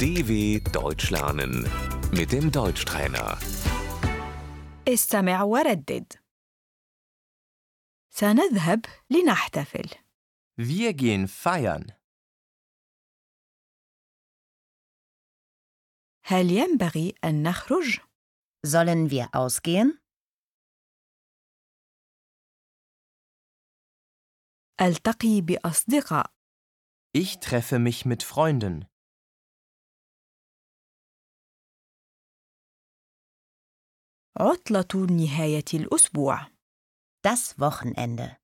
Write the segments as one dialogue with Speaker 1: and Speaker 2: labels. Speaker 1: DW Deutsch lernen mit dem Deutschtrainer.
Speaker 2: استمع وردد سنذهب لنحتفل
Speaker 3: Wir gehen feiern.
Speaker 2: هل ينبغي أن نخرج؟
Speaker 4: Sollen wir ausgehen?
Speaker 2: ألتقي بأصدقاء
Speaker 3: Ich treffe mich mit Freunden.
Speaker 2: عطلة نهاية الأسبوع
Speaker 4: Das Wochenende.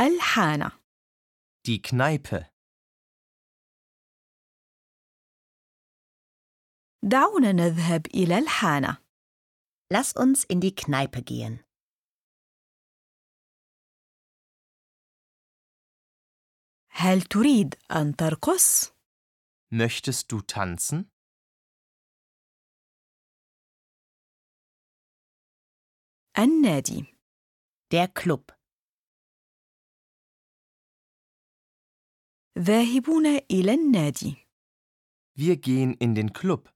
Speaker 2: الحانة
Speaker 3: Die Kneipe.
Speaker 2: دعونا نذهب إلى الحانة
Speaker 4: Lass uns in die Kneipe gehen.
Speaker 2: هل تريد أن ترقص؟
Speaker 3: Möchtest du tanzen?
Speaker 2: النادي
Speaker 4: Der Club.
Speaker 2: ذاهبون إلى النادي
Speaker 3: Wir gehen in den Club.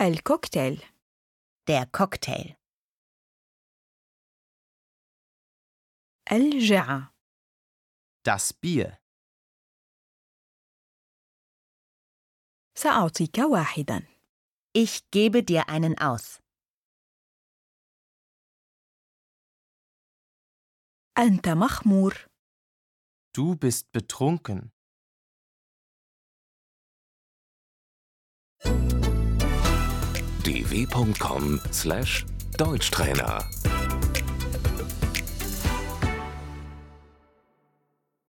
Speaker 2: الكوكتيل
Speaker 4: Der Cocktail.
Speaker 2: الجعة
Speaker 3: Das Bier.
Speaker 2: سأعطيك واحدا
Speaker 4: Ich gebe dir einen aus.
Speaker 2: أنت مخمور
Speaker 3: Du bist betrunken.
Speaker 1: dw.com/deutschtrainer